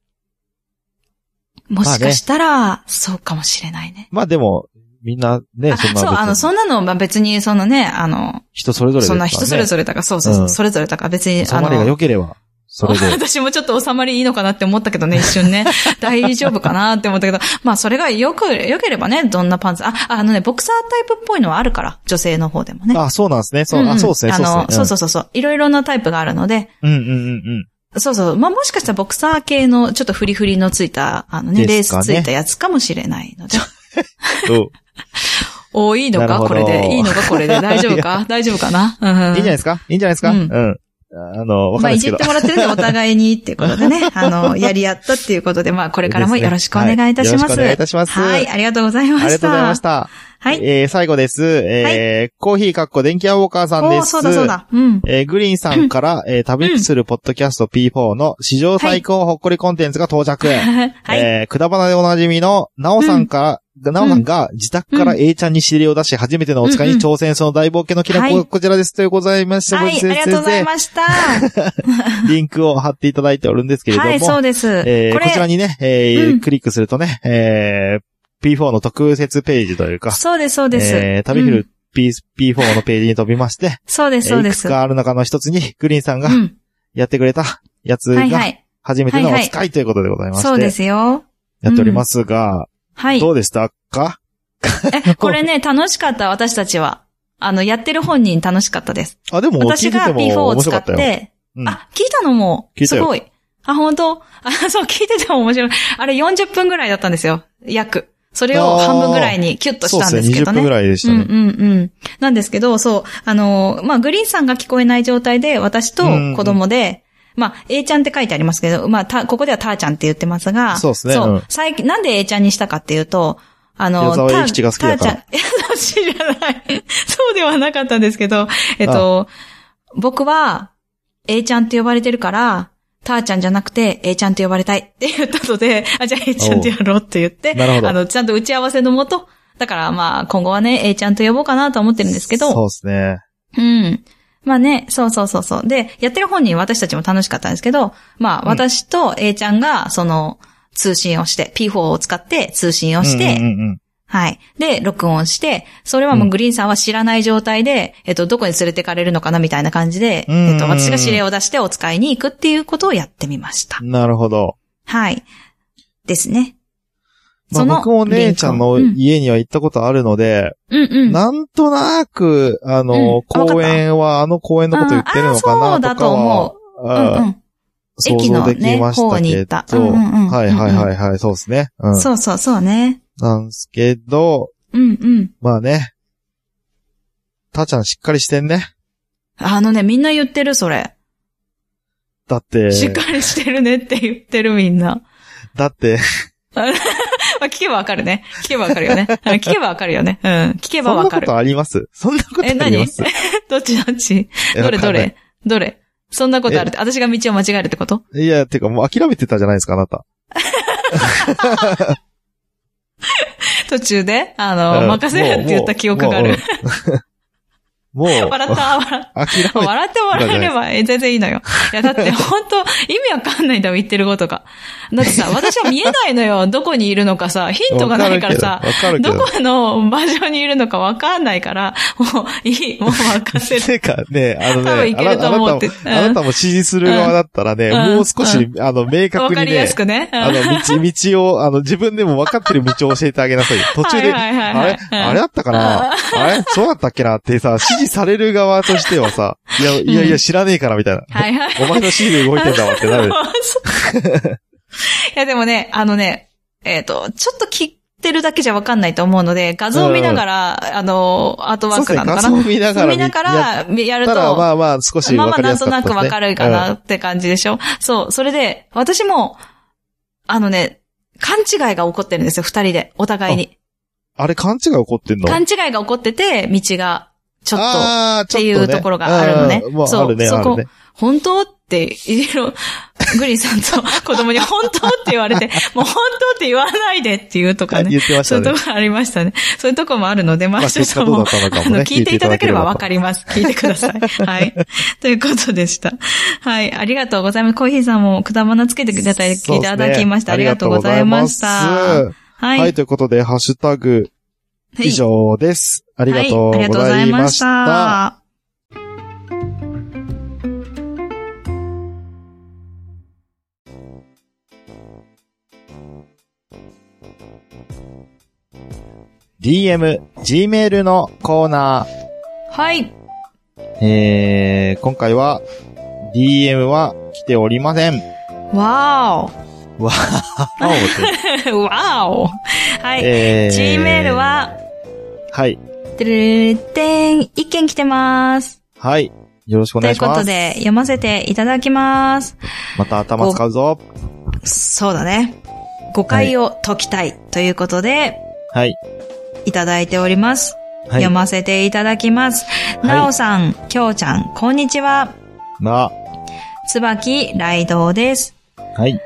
もしかしたら、そうかもしれないね。
まあでも、みんなね、
あ、
そんな
そう、
別
あの、
に
そんなの、まあ別に、そのね、あの、
人それぞれです
そ
からね。
んな人それぞれだから、そうそうそうう、
ん
それぞれだから別に、
収
あ
ま
の
り、が良ければ、それで。
私もちょっと収まりいいのかなって思ったけどね、一瞬 ね。大丈夫かなって思ったけど。まあ、それがよく、良ければね、どんなパンツ。あ、あのね、ボクサータイプっぽいのはあるから、女性の方でもね。
あ、そうなんですね。そう、
んん
あ、そうですね、
あ
そうですね
の、。そう
う
そうそうそう。いろいろなタイプがあるので、
ん。うんうんうん
そうそう。まあ、もしかしたらボクサー系の、ちょっとフリフリのついた、あのね、レ
で
ー
すか
ス
ね
ついたやつかもしれな いので。
うん。うん
お、いいの
なる
か
ほど
これで。いいのかこれ で。大丈夫か大丈夫かなうん
いいんじゃないですかいいんじゃないですか
う
うんん。あの、わかん
ま
な
あ、
い
い
ですけ
じっ
ど
て。もらってるんで、お互いにっていうことで ね、あの、やり合ったっていうことで、まあ、これからもよろしくお願いいたします。
はいよろしくお願いいたします
はい、ありがとうございま
あ
した。
りがとうございまし。た。
はい。
えー、最後です。えー、コーヒーかっこ電気屋ウォーカーさんで
おー
す。
そうだそうだ。うん。
えー、グリーンさんから、えー、旅するポッドキャスト P4 の史上最高ほっこりコンテンツが到着。
はい。
えー、くだばなでおなじみの、なおさんから、なおさんが自宅から A ちゃんに指令を出し、初めてのお使いに挑戦、その大冒険のきなこ
は
が
い
こちらです。というございました。
はい、ありがとうございました。
す。リンクを貼っていただいておるんですけれども、
はい、そうです。
えー
こ
こちら
れ、
にね、えー
うん
クリックするとね、えー、P4 の特設ページというか、
そうです、そうです。
えー、旅フ
うん
ル P、P4 のページに飛びまして、
そうです、
え
そ
ー
う
い
で
くつ
す。
かある中の一つに、グリーンさん
う
が
ん。
やってくれたやつ
はいは
が、
い。
初めての
はい
お
はい
使いということでございまして、
そうですよ。
やっておりますが、
はい。
どうでしたか
え、これね、楽しかった、私たちは。あの、やってる本人楽しかったです。
あ、でも、聞
私
いて
が
て
P4
も
を
面白
使
か
っ
ったよ。
て、
うん
あ、聞いたのも
聞、いた
す
よ
ごい。あ、本当 あ、そう、聞いてても面白い。あれ40分ぐらいだったんですよ。約。それを半分ぐらいにキュッとしたん
そう
で
ですすね、
けど
20
ね
分ぐ。らいでしたね。
うんうんうん。なんですけど、そう、あのー、まあ、グリーンさんが聞こえない状態で、私と子供で、まあ、A ちゃんって書いてありますけど、まあ、た、ここではターちゃんって言ってますが、
そうですね。
そううん最近、なんで A ちゃんにしたかっていうと、あの
矢
ー、
沢
た
永吉が好きだから
たーちゃん、いや、 知らない。そうではなかったんですけど、えっと、僕は、A ちゃんって呼ばれてるから、ターちゃんじゃなくて、A ちゃんって呼ばれたいって言ったので、あ、じゃあ A ちゃんってやろうって言って、
なるほど
あの、ちゃんと打ち合わせのもと、だからまあ、今後はね、A ちゃんと呼ぼうかなとは思ってるんですけ
そう
ど、
ですね。
うん。まあね、そうそうそうそう。で、やってる本人私たちも楽しかったんですけど、まあ、
うん
私と A ちゃんが、その、通信をして、P4 を使って通信をして、
うんうんうん
はい。で、録音して、それはもうグリーンさんは知らない状態で、えっと、どこに連れてかれるのかなみたいな感じで、
うんうんうん
えっと、私が指令を出してお使いに行くっていうことをやってみました。
うんなるほど。
はい。ですね。
まあ、僕も姉ちゃんの
リンク
家には行ったことあるので、
をうん、うんうん。
なんとなく、あの、
うんあわかった
公園はあの公園のこと言ってるのか
あーそう
な
だ
とか
と
は
思、
あー
うんうん。
想
駅
像
の
でき
ね、
まし
方
た
に行
け
った。
ど、
うん
はいはいはいはい、そうですね。うん。
そうそうそうね。
なんですけど、
うんうん。
まあね。たーちゃんしっかりしてんね。
あのね、みんな言ってる、それ。
だって、
しっかりしてるねって言ってる、みんな。
だって、
まあ、聞けばわかるね。聞けばわかる よね。うん聞けばわかるよね。うん。聞けば
そん
わ
な
か
こ
る。
とありますそんなことあ
え、
りま
何
す
どっちどっち
え
どれ
わか
ど
んない
れどれそんなことあるって、私が道を間違えるってこと
いや、てかもう諦めてたじゃないですか、あなた。
途中で、あの、
うん
任せるって言った記憶がある。。
もうもう、もう
笑った、笑っ
諦
た。
め
笑ってもらえれば、え全然いいのよ。いや、だ って、本当意味わかんないんだもん、言ってることが。だってさ、私は見えないのよ。どこにいるのかさ、ヒントがないからさ、
わかるけ
ど
ど。わか
この場所にいるのかわかんないから、もう、いい、もう任
る
せ
けどてか
る。
ね、あのね、
多分い
あ
け
な
ると
た
思
も
うって、
あなたも支持する側だったらね、
うん
もう少し、あの、明
わ
確
か
に
りや
ね
す、くね。うん
あの、道、道を、あの、自分でも分かってる道を教えてあげなさいよ。途中で、
はいはいはい
あ
はい
れあれだったかなあれそうだったっけなってさ、指示される側としてはさ、いや、いやいや、知らねえからみ たいな。
はいはい。
お前の指示で動いてんだわってなる。
いや、でもね、あのね、えっ、と、ちょっと切ってるだけじゃわかんないと思うので、画像を見ながら、あの、アートワ
そう
ー
です
クな
ね、
の
画
か
像
な
を見ながら
見なが
やっ
らやる
た
と、
ら、まあまあ、少し
まあ
分
ま
か
あ
り
な
や
ん
すかった
とな
です
く
ね。
わかるかなって感じでしょ、そう、それで、私も、あのね、勘違いが起こってるんですよ、二人で、お互いに。
あれ、勘違い起こってんの
勘違いが起こってて、道が、ちょっと、
あーちょっ
っていうところがあるのね
あーまあ、
そう
あるね、
そ
あ
こ
るね。
本当って、いろいろ、グリーンさんと 子供に本当って言われて、もう本当って言わないでっていうとかね。
言ってまし
そ
た
うい
ね。
うところありましたね。そういうところもあるので、ま
ま
あ、
あ
ちょっ
結果
と
どうだ
もう、
ったのか
あ
も
の、
ね。
聞いていただければわ
る。
かります。聞いてください。はい。 ということでした。はい。ありがとうございます。コーヒーさんもくだばなつけていただいて、聞いていただきました。ありがとうございました。
は、
はいい。
はい、ということで、ハッシュタグ、
はい
以上です。ありがとう
はいあり
ございました。
がとうございました
DM、Gmail のコーナ
はい。
ー。えー、今回は、DM は来ておりません。
わ
青で
ーお。わーお。はい。
え
Gmail は、
はい。
てるるるてん、一件来てます。
はい。よろしくお
と
願い
い
うし
こ
ます。
とで、読ませていただきます。
また頭使うぞ。
そうだね。誤解を解きたいということで、
はい。
いただいております。
はい
読。ませていただきます。
い
なおさん、きょうちゃん、こんにちは。
な、
つばきらいどうです。
はい。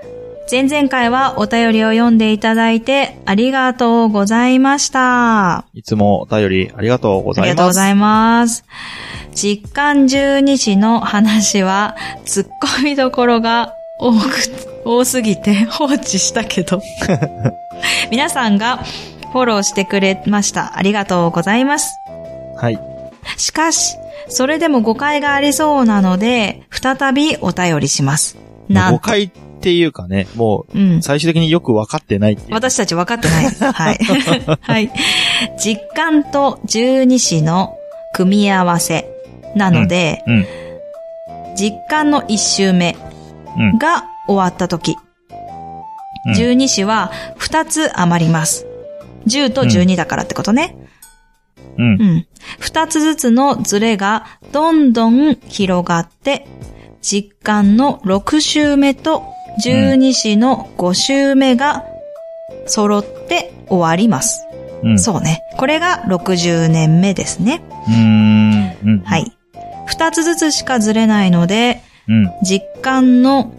前々回はお便りを読んでいただいてありがとうございました。
いつもお便りありがとうござ
あり
い
がとう
ま
ご
す。
ざいます。実感十二支の話は、突っ込みどころが多く、多すぎて放置したけど。皆さんがフォローしてくれました。ありがとうございます。
はい。
しかし、それでも誤解がありそうなので、再びお便りします。な
誤
んと。
解っていうかね、も
うん
う、。最終的によく分かってないっていう。
私たち分かってないです。はい。はい。実感と十二支の組み合わせなので、
うん。
実感の一周目
うん
が終わった時。
うん
十二支は二つ余ります。10と12だからってことね。
うん
う。ん。二つずつのズレがどんどん広がって、実感の6週目と12子の5週目が揃って終わります。
うん。
そうね。これが60年目ですね。
うーん。うん。
は。い。二つずつしかずれないので、
うん。
実感の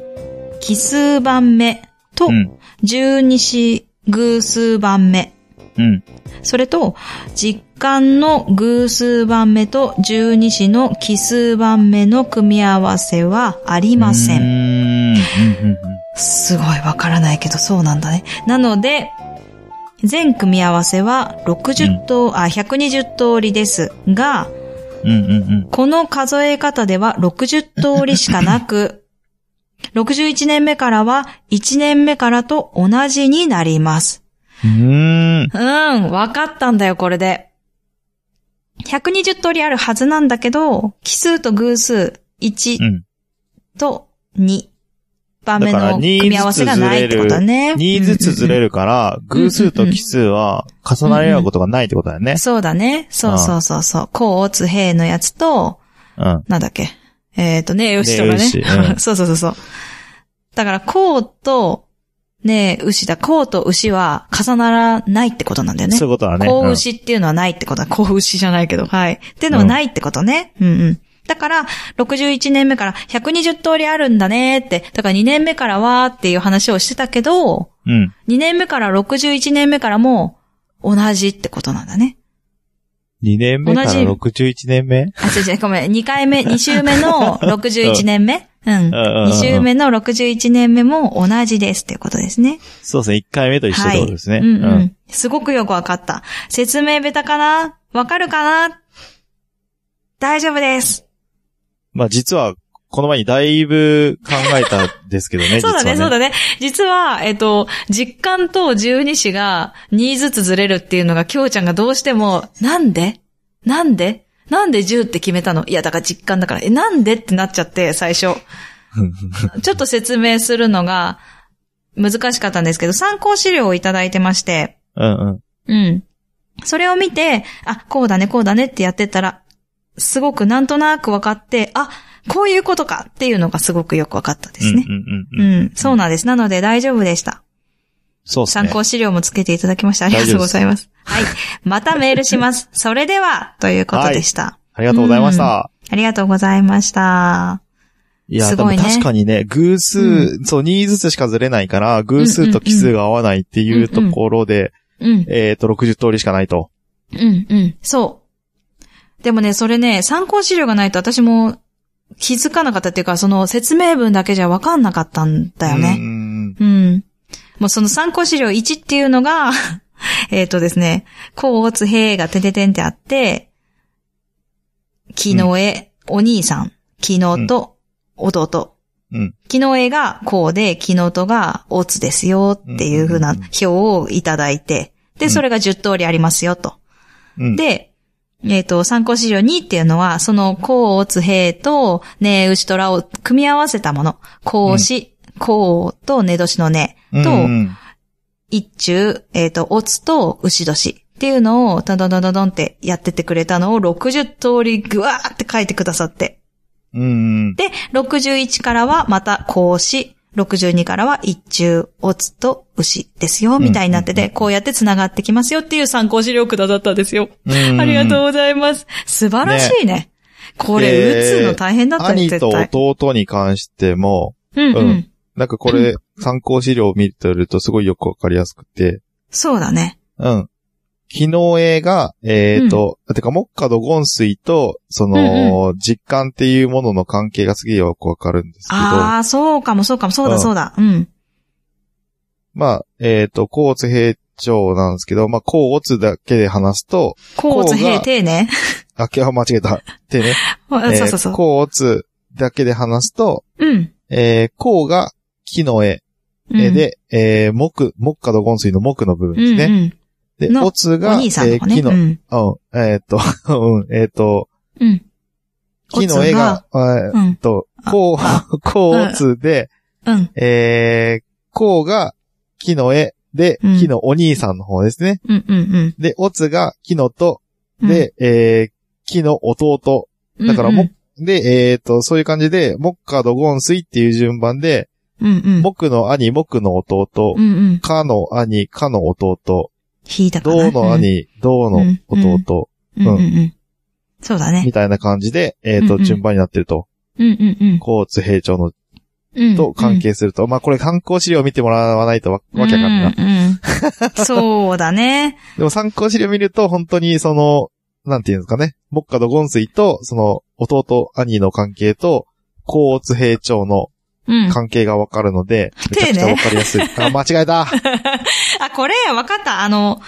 奇数番目と
うん。
十二子偶数番目。
うん。
それと、実感の偶数番目と十二子の奇数番目の組み合わせはありませ
うーん。
ん。
うん。
すごいわからないけどそうなんだね。なので、全組み合わせは60通、あ、120通りですが、
うん。うん。うん。
この数え方では60通りしかなく、61年目からは1年目からと同じになります。
うん。うーん。
うん、わかったんだよ、これで。120通りあるはずなんだけど、奇数と偶数、
う
1
ん。
と2番目
だから
の
2
組み合わせがないってことだね。
2ずつずれ
る。
るから、偶数と奇数は重なり合うことがないってことだよね。
そうだね。そうそうそうそう。こう、つ、へいのやつと、
うん。
なんだっけ。えっ、と、ねえ、うしとかね。
ねえ牛うん
そうそうそうそう。だから、こうと、ねえ、うしだ。こうとうしは重ならないってことなんだよね
そう。いうことだね。
子牛っていうのはないってことだ。子牛じゃないけど。はい。っていうのはないってことね。うん、うん、だから、61年目から120通りあるんだねって。だから2年目からはっていう話をしてたけど、
うん。うん。
2年目から61年目からも同じってことなんだね。
2年目から
同じ
61年目
あ、違う違う、ごめん。2回目、2週目の61 年目うん。
うんうんうん
2週目の61年目も同じですっていうことですね。
そうですね。1回目と一緒ってことですね。
はい、うんうん。すごくよくわかった。説明ベタかなわかるかな大丈夫です。
まあ実は、この前にだいぶ考えたんですけどね、
そうだね、
実
そ
は
うだね。実は、えっと、実感と十二子が2ずつずれるっていうのが、きょうちゃんがどうしても、なんでなんでなんで10って決めたのいや、だから実感だから。え、なんでってなっちゃって、最初。ちょっと説明するのが難しかったんですけど、参考資料をいただいてまして、
うんうん。
うん。それを見て、あ、こうだね、こうだねってやってたら、すごくなんとなく分かって、あ、こういうことかっていうのがすごくよく分かったですね
う。んうん
う
うんうん。
ん、そうなんです。なので大丈夫でした。
そうですね。
参考資料もつけていただきました。ありがとうございます。はい。またメール します。それでは、ということでした。
ありがとうございました。
ありがとうございました。
いや、
す
で
ご
も
いね
確かにね、偶数、そう、2ずつしかずれないから、偶数と奇数が合わないっていうところで、
うん、
えっと、60通りしかないと。
うん、うん、そう。でもね、それね、参考資料がないと私も気づかなかったっていうか、その説明文だけじゃ分かんなかったんだよね。
うん。
うん。もうその参考資料1っていうのが、 えっとですね、こう、つ、へいがてててんってあって、きのえ、お兄さん、きのと、弟。
うん。
きのえがこうで、きのとがおつですよっていうふうな
うんうんうん
表をいただいて、
う
で、
ん
それが10通りありますよと。
うん、
で、えっ、と、参考資料2っていうのは、その、こう、つ、へいと、ねえ、うしとらを組み合わせたもの。こうし、こうと、ねどしのね、
うん
と、
うん
一中、えっ、と、おつと、うしどしっていうのを、どんどんどんどんどんってやってってくれたのを、60通りぐわーって書いてくださって。
うんうん。
で、61からはまた、こうし、62からは一中、おつと、うしですよ、みたいになって
うん
て、こうやって繋がってきますよっていう参考資料くださったんですよ。
うん
ありがとうございます。素晴らしいね。これ、
えー
打つの大変だったよ、
兄
絶
と
対。
弟に関しても、
うんうん。
うんなんかこれ、参考資料を見てるとすごいよくわかりやすくて、
そうだね。
うん。昨日映画、えっ、と、てか、木下土ゴン水と、その、実感っていうものの関係がすげえよくわかるんですけど、
ああ、そうかも、そうかも、そう
う
だ、
ん
そうだ。うん。
まあ、えっ、と、甲津平長なんですけど、まあ、甲乙だけで話すと、
こうつ
こうが
へいていね。
あ、今日間違えた。ってね、
あそうそうそ
えー
う。
甲乙だけで話すと、
うん。
えー、甲が木の絵、
うん
えー、で、えー、木、木下土ゴン水の木の部分
う
です
ん、
ね。
う
で、
の
オツ
ん。お
が、
兄さん
えー
とかね。
木の、
う
うん
ん。
えーっと、 うん、えーっと、
うん。
木の絵が、えーっ
うん。
と、
あ
こう、こう
うん
オツで、
うん。
えー、こうが木の絵で、
うん
木のお兄さんの方ですね。
うんうんうん
で、おつが木のと、
うん。
で、えー、木の弟。
うんう
だ
ん、
からも、で、えっ、と、そういう感じで、木下ドゴンスイっていう順番で、
うんうん。
木の兄、木の弟、
うんうん。
かの兄、かの弟、
引いたかな。
どうの兄、どうの弟、
うん。うんうんうん。そうだね
み。たいな感じで、えっ、
うん
と、
うん
順番になってると。
うんうん
コーツ兵長の
うん。
と関係すると。まあ、これ参考資料を見てもらわないとわ
うん
わけわかんないな。
うんうん。 そうだね。
でも参考資料見ると、本当にその、なんていうんですかね。目下ドゴンスイと、その、弟、兄の関係と、高津兵長の
うん。
関係がわかるので、めちゃ
丁
くちゃ
寧
わかりや すい。あ、間違えた。
あ、これ、わかった。あの、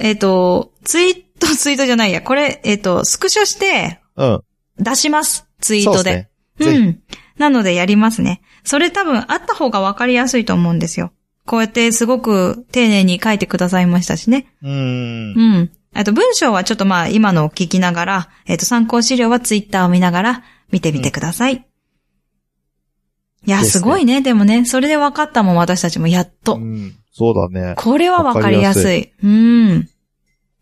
えっ、と、ツイート、ツイートじゃないや。これ、えっ、と、スクショして
うん。
出します。ツイー
そう
ト
ですね。
で。
ぜひ
うん。なのでやりますね。それ多分あった方がわかりやすいと思うんですよ。こうやってすごく丁寧に書いてくださいましたしね。
うーん
う。ん。あと文章はちょっとまあ今のを聞きながら、えっ、と参考資料はツイッターを見ながら見てみてください。いや、
ですね
すごいね。でもね、それで分かったもん、私たちもやっと。
うん。そうだ ね。
これはわかりやすい。
わか
うん。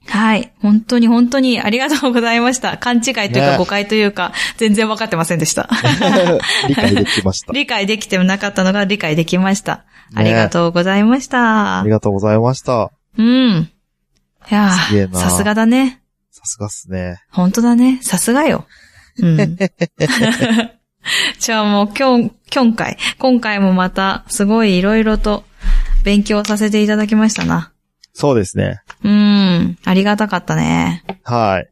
はい。本当に本当にありがとうございました。勘違いというか
ね
誤解というか、全然わかってませんでした。
理解できました。ね
理解できてなかったのが理解できました。 ありが
う。
とうございました。
ありがとうございました。
うん。いやー
すげえな
さすがだね。
さすがっすね。
本当だね。さすがよ。うん。 じゃあもう今日、今回、今回もまた、すごいいろいろと勉強させていただきましたな。
そうですね。
うん。ありがたかったね。
はい。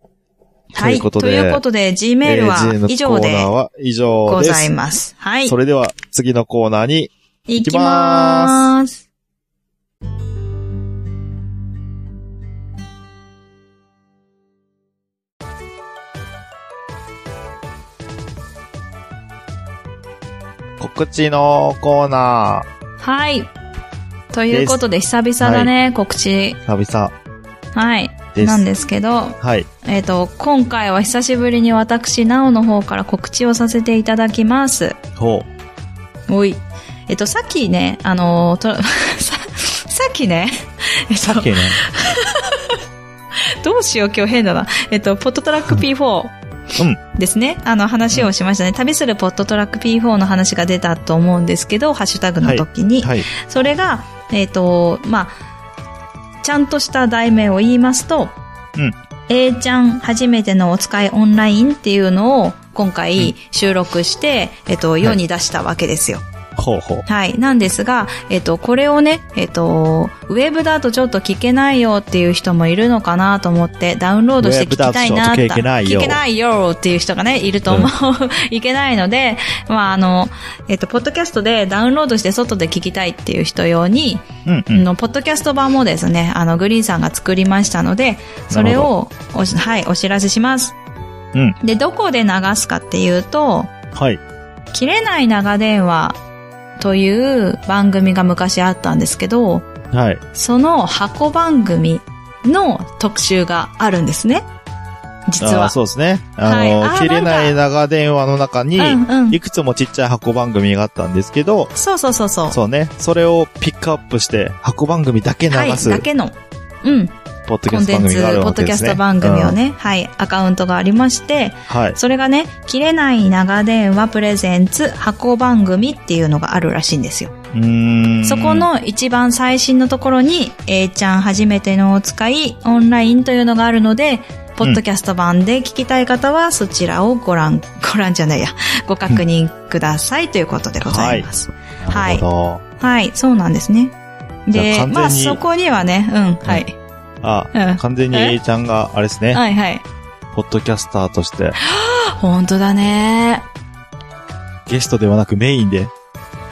はい。
ということとで
いうことで、G メール
えー GN
は以上
コーナー
で
は以上
ご
で
ざい
す。
ます。はい。
それでは、次のコーナーに
い
い
き
き
ま
ます
ーす。
告知のコーナ
はい。ということで、久々だね、告知。
ー、久々
はい。
です。
なんですけど、
はい。
えっ、と、今回は久しぶりに私、なおの方から告知をさせていただきます。
ほ
おい。えっ、と、さっきね、あのーと、 さ、さっきね、 えっと
う。 ね。
どうしよう、今日変だな。えっと、ポットトラ ック P4 ですね。あの、話をしましたね。旅するポットトラック P4 の話が出たと思うんですけど、ハッシュタグの時に。
はい。
それが、えっ、と、まあ、ちゃんとした題名を言いますと、
うん。
A ちゃん初めてのお使いオンラインっていうのを今回収録して、えっ、と、世に出したわけですよ。
ほうほう。
はい。なんですが、えっ、と、これをね、えっ、と、ウェブだとちょっと聞けないよっていう人もいるのかなと思って、ダウンロードして聞きたいな
ウェブだとちょっと聞けないよ
聞けないよっていう人がね、いると思う。いけないので、まあ、あの、えっ、と、ポッドキャストでダウンロードして外で聞きたいっていう人用に、
うんう
あ
ん。
のポッドキャスト版もですね、あの、グリーンさんが作りましたので、それをおし、はい、お知らせします。
うん
で、どこで流すかっていうと、
はい。
切れない長電話という番組が昔あったんですけど、
はい。
その箱番組の特集があるんですね。実
あー
は。
そうですね。
はいあーなん
あ
か
の、切れない長電話の中に、
うんうん
い。くつもちっちゃい箱番組があったんですけど、
そうそうそうそう。
そうね。それをピックアップして、箱番組だけ流
はい、
す、
だけの。うん。
ポッドキ
コ
ャ
ン
スト
テ
番
ン
組
ツ、
がある
ポッ
わけ
ドキ
で
ャ
す
ス
ね。
ト番組をね、はい、アカウントがありまして、
うん。はい。
それがね、切れない長電話プレゼンツ箱番組っていうのがあるらしいんですよ。
うーん。
そこ、の一番最新のところに、A ちゃん初めてのお使いオンラインというのがあるので、ポッドキャスト版で聞きたい方はそちらをご覧、 ご覧じゃないや、ご確認くださいということでございます。
なるほど。
はい、そうなんですね。
じ
で
ゃあ、完全に
まあそこにはね、うん、はい、
あ、
うん
完全に
え
A ちゃんが、あれですね、
はい、はい。
ポッドキャスターとして、
本当だね。
ゲストではなくメイン で、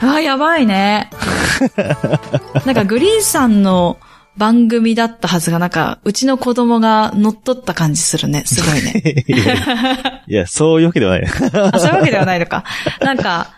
あー、やば いね。なんかグリーンさんの番組だったはずが、なんか、うちの子供が乗っ取った感じするね。すごいね。
いや、そういうわけではない。
あ、そういうわけではないの か。なんか、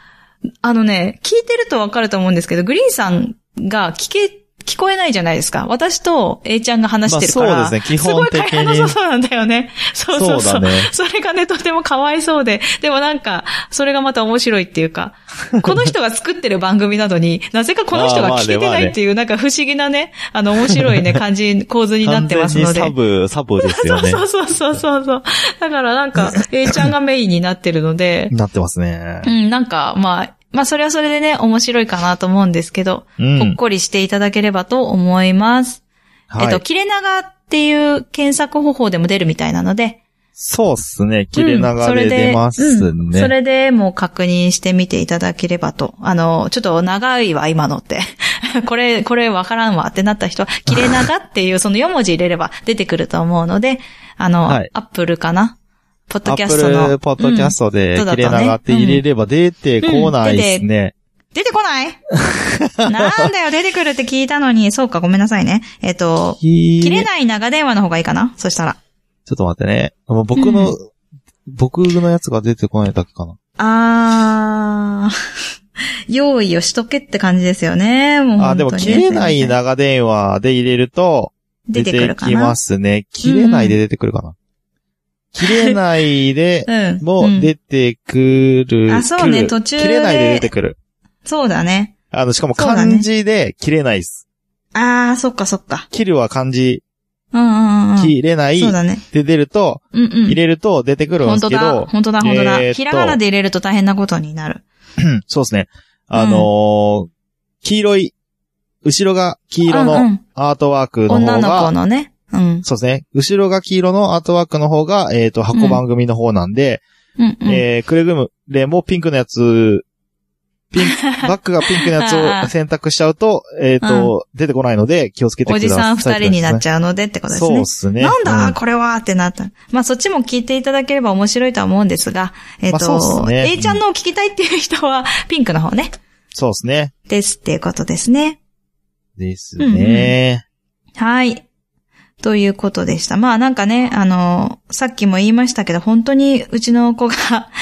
あのね、聞いてるとわかると思うんですけど、グリーンさんが聞け、聞こえないじゃないですか。私と A ちゃんが話してるから。
まあそうですね基本的に
すごい会話なさそうなんだよね。そうそうそう。
そ
そ
だ
う
ね
れがね、とてもかわいそうで。でもなんか、それがまた面白いっていうか、この人が作ってる番組なのに、なぜかこの人が聞けてないっていう、なんか不思議なね、あの、面白い ね、感じ、構図になってますので。
完全にサブ、サブですよね。
そうそうそうそうそう。だからなん か、A ちゃんがメインになってるので、
なってますね
う。ん、なんか、まあ、まあ、それはそれでね、面白いかなと思うんですけど、
うん
ほっこりしていただければと思います。
はい。
えっと、切れ長っていう検索方法でも出るみたいなので、
そうっすね。切れ長で出ます
うんそれでうんそ
ね。
れでもう確認してみていただければと。あの、ちょっと長いわ、今のって。 これ、これわからんわってなった人は、切れ長っていうその4文字入れれば出てくると思うので、あの、
はい
アップルかなポッ
ア
ドキ
ッ
ャ
プ
ストの。
ルポッドキャストで
うん
切れ長って入れれば出てこないですね。
うん出てこない なんだよ、出てくるって聞いたのに。そうか、ごめんなさいね。えっ、と、
切
切れない長電話の方がいいかなそしたら。
ちょっと待ってね。もう僕の、僕のやつが出てこないだけかな。
あー、 用意をしとけって感じですよね。もう本当に
あ、でも切れない長電話で入れると、
出
出
てく
て
るか
き
な
ま。すね。切れないで出てくるかな。切れないで
うん。
も
ん
出てくる。
あそうね
くる
途中で
切れないで出てくる。
そうだね。
あの、しかも
そうだね
漢字で切れないです。
あー、そっかそっか。
切るは漢字、
うんうんうん。
切れない
そうだね。
で出ると、
うんうん。
入れると出てくるんで
本
す
当
け
だ、
ど、
本当だ、本当だ。
えーっと
ひらがなで入れると大変なことになる。
そうですね。あのー黄色い、後ろが黄色
うんう
の
ん
アートワークの
女
方
の
が、
子のね。うん。
そうですね。後ろが黄色のアートワークの方が、えっ、と、箱番組の方なんで、
うんうん。
えー、くれぐれもピンクのやつ、ピ ン、バックがピンクのやつを選択しちゃうと、えっ、と、出てこないので気をつけて
お
ください
じ
って
さん
感じですね。
二人になっちゃうのでってことです
そう
ね
で。すね。
なんだ、
うん
これはってなった。まあそっちも聞いていただければ面白いとは思うんですが、えっ、
まあそう
と、
っすね
A ちゃんのを聞きたいっていう人は、ピンクの方ね。
そうですね。
ですっていうことですね。
ですね。
はい。ということでした。まあなんかね、あの、さっきも言いましたけど、本当にうちの子が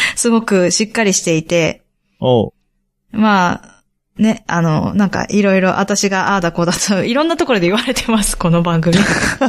すごくしっかりしていて、
おう。
まあ、ね、あの、なんかいろいろ私がああだこうだと、 いろんなところで言われてます、この番組。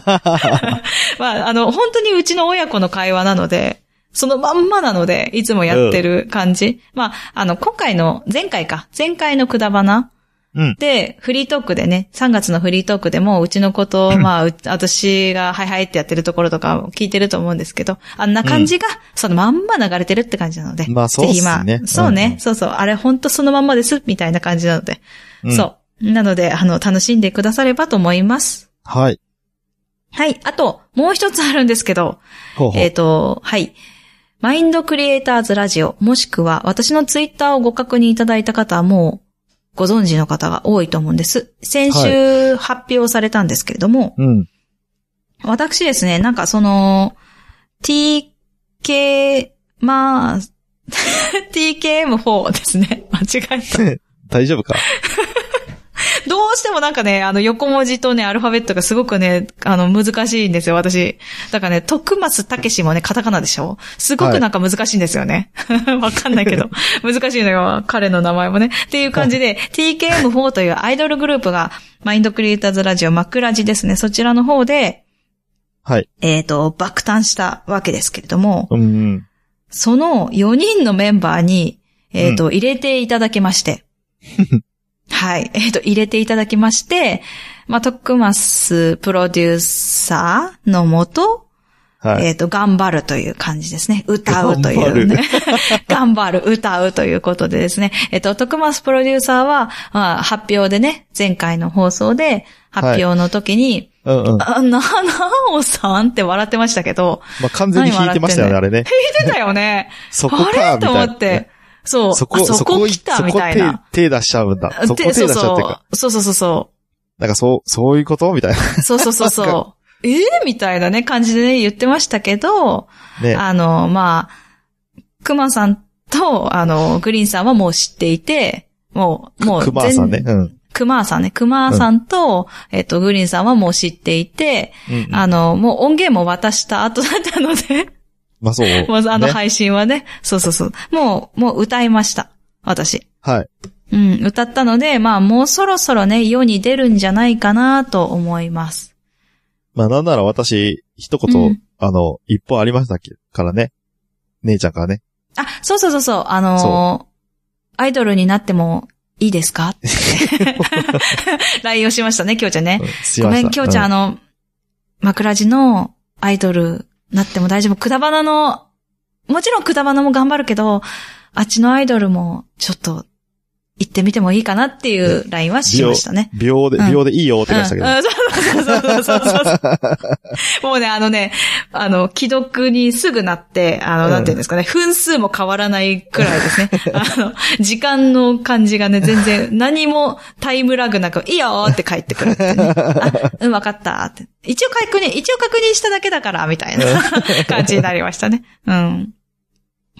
まあ、あの、本当にうちの親子の会話なので、そのまんまなので、いつもやってる感じ。まあ、あの、今回の、前回か、前回のくだばな。
うん
で、フリートークでね、3月のフリートークでも、うちの子と、まあ、う私が、はいはいってやってるところとかを聞いてると思うんですけど、あんな感じが、そのまんま流れてるって感じなので。
まあそうっすね
ぜひま
うん
あ、そうね、そうそう、あれ本当そのまんまです、みたいな感じなので。
うん
そう。なので、あの、楽しんでくださればと思います。
はい。
はい。あと、もう一つあるんですけど、
ほうほう。
えっ、と、はい。マインドクリエイターズラジオ、もしくは私のツイッターをご確認いただいた方はもうご存知の方が多いと思うんです。先週発表されたんですけれども、
うん。
私ですね、なんかその、TK、まあ、TKM4 ですね。 間違えた。
大丈夫か
どうしてもなんかね、あの、横文字とね、アルファベットがすごくね、あの、難しいんですよ、私。だからね、徳松たけしもね、カタカナでしょすごくなんか難しいんですよね。 わ、かんない けど。難しいのよ、彼の名前もね。っていう感じで、TKM4 というアイドルグループが、マインドクリエイターズラジオ、マクラジですね。そちらの方で、
はい。
えっ、と、爆誕したわけですけれども、
うんうん。
その4人のメンバーに、えっ、と、入れていただきま して。はい。えっ、と、入れていただきまして、まあ、トックマスプロデューサーのもと、
はい。
えっ、と、頑張るという感じですね。歌うというね。 頑張る、歌うということでですね。えっ、と、トックマスプロデューサーは、まあ、発表でね、前回の放送で、発表の時に、
うんうん。ま
あ、な、なおさんって笑ってましたけど、
あ、完全に弾いてましたよね、あれね。
聞いてたよね。
そこ
あ
か、
れ
みた
と
い
思
な。
って。そう。
そ
あ
こ、
そ
そ
こ
こ、
来
そ
た
こ
みたい
手
な。、
手出しちゃうんだ。そこ手出しちゃ
そう
っていう
そ
か。
う。そうそうそうそ
なんかそう、そういうことみたいな。
う。そうそうそ うそう。ええみたいなね、感じでね、言ってましたけど、
ね。
あの、まあ、熊さんと、あの、グリーンさんはもう知っていて、もう、もう、
クマさんね。。うん。うん
熊さんね。熊さんと、えっと、グリーンさんはもう知っていて、
うん
あの、もう音源も渡した後だったので、
まあそう。
もうあの
ね
配信はね、そうそうそう。もう、もう歌いました。私。
はい。
うん、歌ったので、まあもうそろそろね、世に出るんじゃないかなと思います。
まあなんなら私、一言、
うん
あの、一本ありましたからね。姉ちゃんからね。
あ、そうそうそうそう、あのー
そ
アイドルになってもいいです かって LINE をしましたね、きょうちゃんね
う。んすい
ご
ません。
めん、きょうちゃん、
う
あの、枕地のアイドルなっても大丈夫。くだばなの、もちろんくだばなも頑張るけど、あっちのアイドルもちょっと行ってみてもいいかなっていう LINE はしましたね。
ん秒で、
うん
秒でいいよって感じだけど。
うんうんそうそうそうそうそうそう。もうね、あのね、あの、既読にすぐなって、あの、
うん
なんていうんですかね、分数も変わらないくらいですね。あの、時間の感じがね、全然何もタイムラグなく、いいよーって帰ってくるっ てね。あ、うん、わかったーって。一応確認、一応確認しただけだから、みた いな感じになりましたね。うん。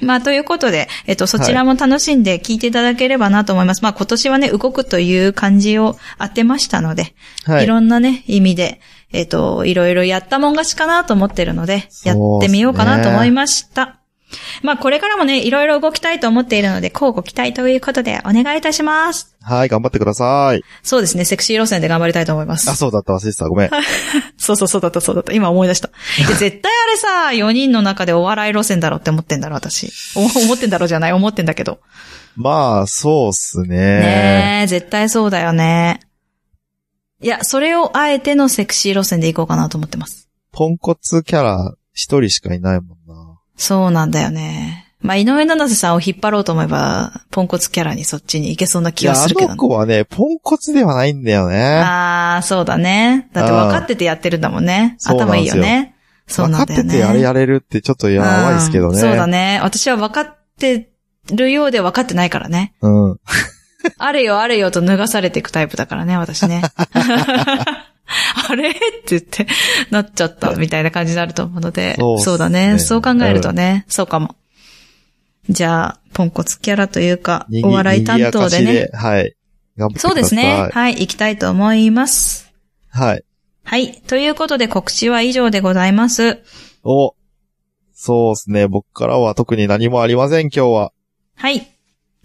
まあ、ということで、えっと、そちらも楽しんで聞いていただければなと思います。まあ、今年はね、動くという感じを当てましたので、
はい
い、。ろんなね、意味で、えっ、と、いろいろやったもん勝ちかなと思ってるので、
そうっす
やっ
ね
てみようかなと思いました。まあ、これからもね、いろいろ動きたいと思っているので、交互期待ということで、お願いいたします。
はい、頑張ってください。
そうですね、セクシー路線で頑張りたいと思いま
あ、
す。
そうだった、忘れてた。ごめん。
そうそうそうだった、そうだった。今思い出 した。で絶対あれさ、4人の中でお笑い路線だろって思ってんだろ、私。お思ってんだろじゃない、思ってんだけど。
まあ、そうっすね。
ねえ、絶対そうだよね。いや、それをあえてのセクシー路線でいこうかなと思ってます。
ポンコツキャラ一人しかいないもんな。
そうなんだよね。まあ、井上七瀬さんを引っ張ろうと思えば、ポンコツキャラにそっちに行けそうな気がする
い
け
や、あ
ど、
の
ね。
子はね、ポンコツではないんだよね。
ああー、そうだね。だって分かっててやってるんだもんね。
そうなん
頭いい
です
よ
よ
ね。そう
分か
なん
っ
だよ
て
ね。
てあれやれるってちょっとやばいですけど
う
ね。
んそうだね。私は分かってるようで分かってないからね。
うん。
あれよあれよと脱がされていくタイプだからね、私 ね。あれって言って、なっちゃったみたいな感じになると思うので。
そうっすね
だね。そう考えるとね、そうかも。じゃあ、ポンコツキャラというか
に、ぎ
お笑い担当で
にぎやか
ね。
しではい。頑張ってください。
そうですね。はい、行きたいと思います。
はい。
はい。ということで告知は以上でございます。
お。そうですね。僕からは特に何もありません、今日は。
はい。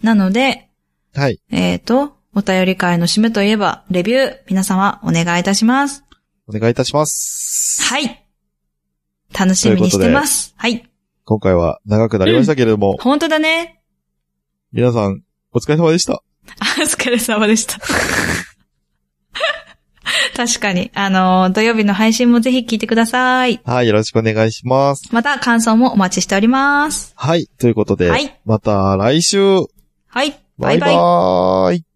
なので、
はい。
えー、と、お便り会の締めといえば、レビュー、皆様お願いいたします。
お願いいたします。
はい。楽しみにしてます。はい。
今回は長くなりましたけれども、
本当だね。
皆さん、お疲れ様でした。
あお疲れ様でした。 確かに。あのー、土曜日の配信もぜひ聞いてください。
はい、よろしくお願いします。
また、感想もお待ちしております。
はい、ということで、
はい
また来週
はい。
バイバ
バイバイ
ーイ